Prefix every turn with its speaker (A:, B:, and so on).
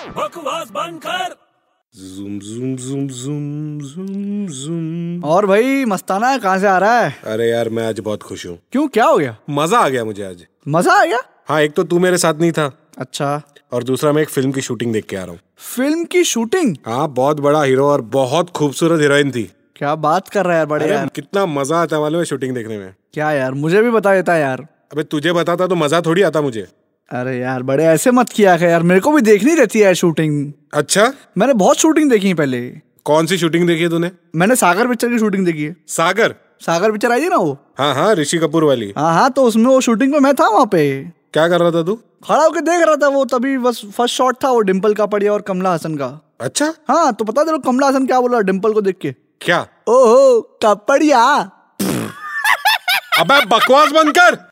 A: आवाज बंद कर
B: zoom zoom zoom zoom zoom zoom
C: और भाई मस्ताना कहाँ से आ रहा है
B: अरे यार मैं आज बहुत खुश हूँ
C: क्यों क्या हो गया
B: मजा आ गया मुझे आज
C: मजा आ गया
B: हाँ एक तो तू मेरे साथ नहीं था
C: अच्छा
B: और दूसरा मैं एक फिल्म की शूटिंग देख के आ रहा हूँ
C: फिल्म की शूटिंग
B: हाँ बहुत बड़ा हीरो और बहुत खूबसूरत हीरोइन थी
C: क्या बात कर रहा है यार बड़े
B: अरे
C: यार
B: कितना मजा आता वाले में शूटिंग देखने में
C: क्या यार मुझे भी बता देता यार
B: अबे तुझे बताता तो मजा थोड़ी आता मुझे
C: अरे यार बड़े ऐसे मत किया कर यार मेरे को भी देखनी रहती है यार शूटिंग
B: अच्छा
C: मैंने बहुत शूटिंग देखी है पहले
B: कौन सी शूटिंग देखी है तूने
C: मैंने सागर पिक्चर की शूटिंग देखी है
B: सागर
C: सागर पिक्चर आई थी ना वो
B: हाँ हाँ ऋषि कपूर वाली
C: हाँ हाँ तो उसमें वो शूटिंग में मैं था वहाँ पे
B: क्या कर रहा था तू
C: खड़ा होकर देख रहा था वो तभी बस फर्स्ट शॉट था वो डिम्पल कापड़िया और कमला हसन का
B: अच्छा
C: हाँ तो पता चलो कमला हसन क्या बोला डिम्पल को देख के
B: क्या
C: ओहो कापड़िया
B: अबे बकवास बंद कर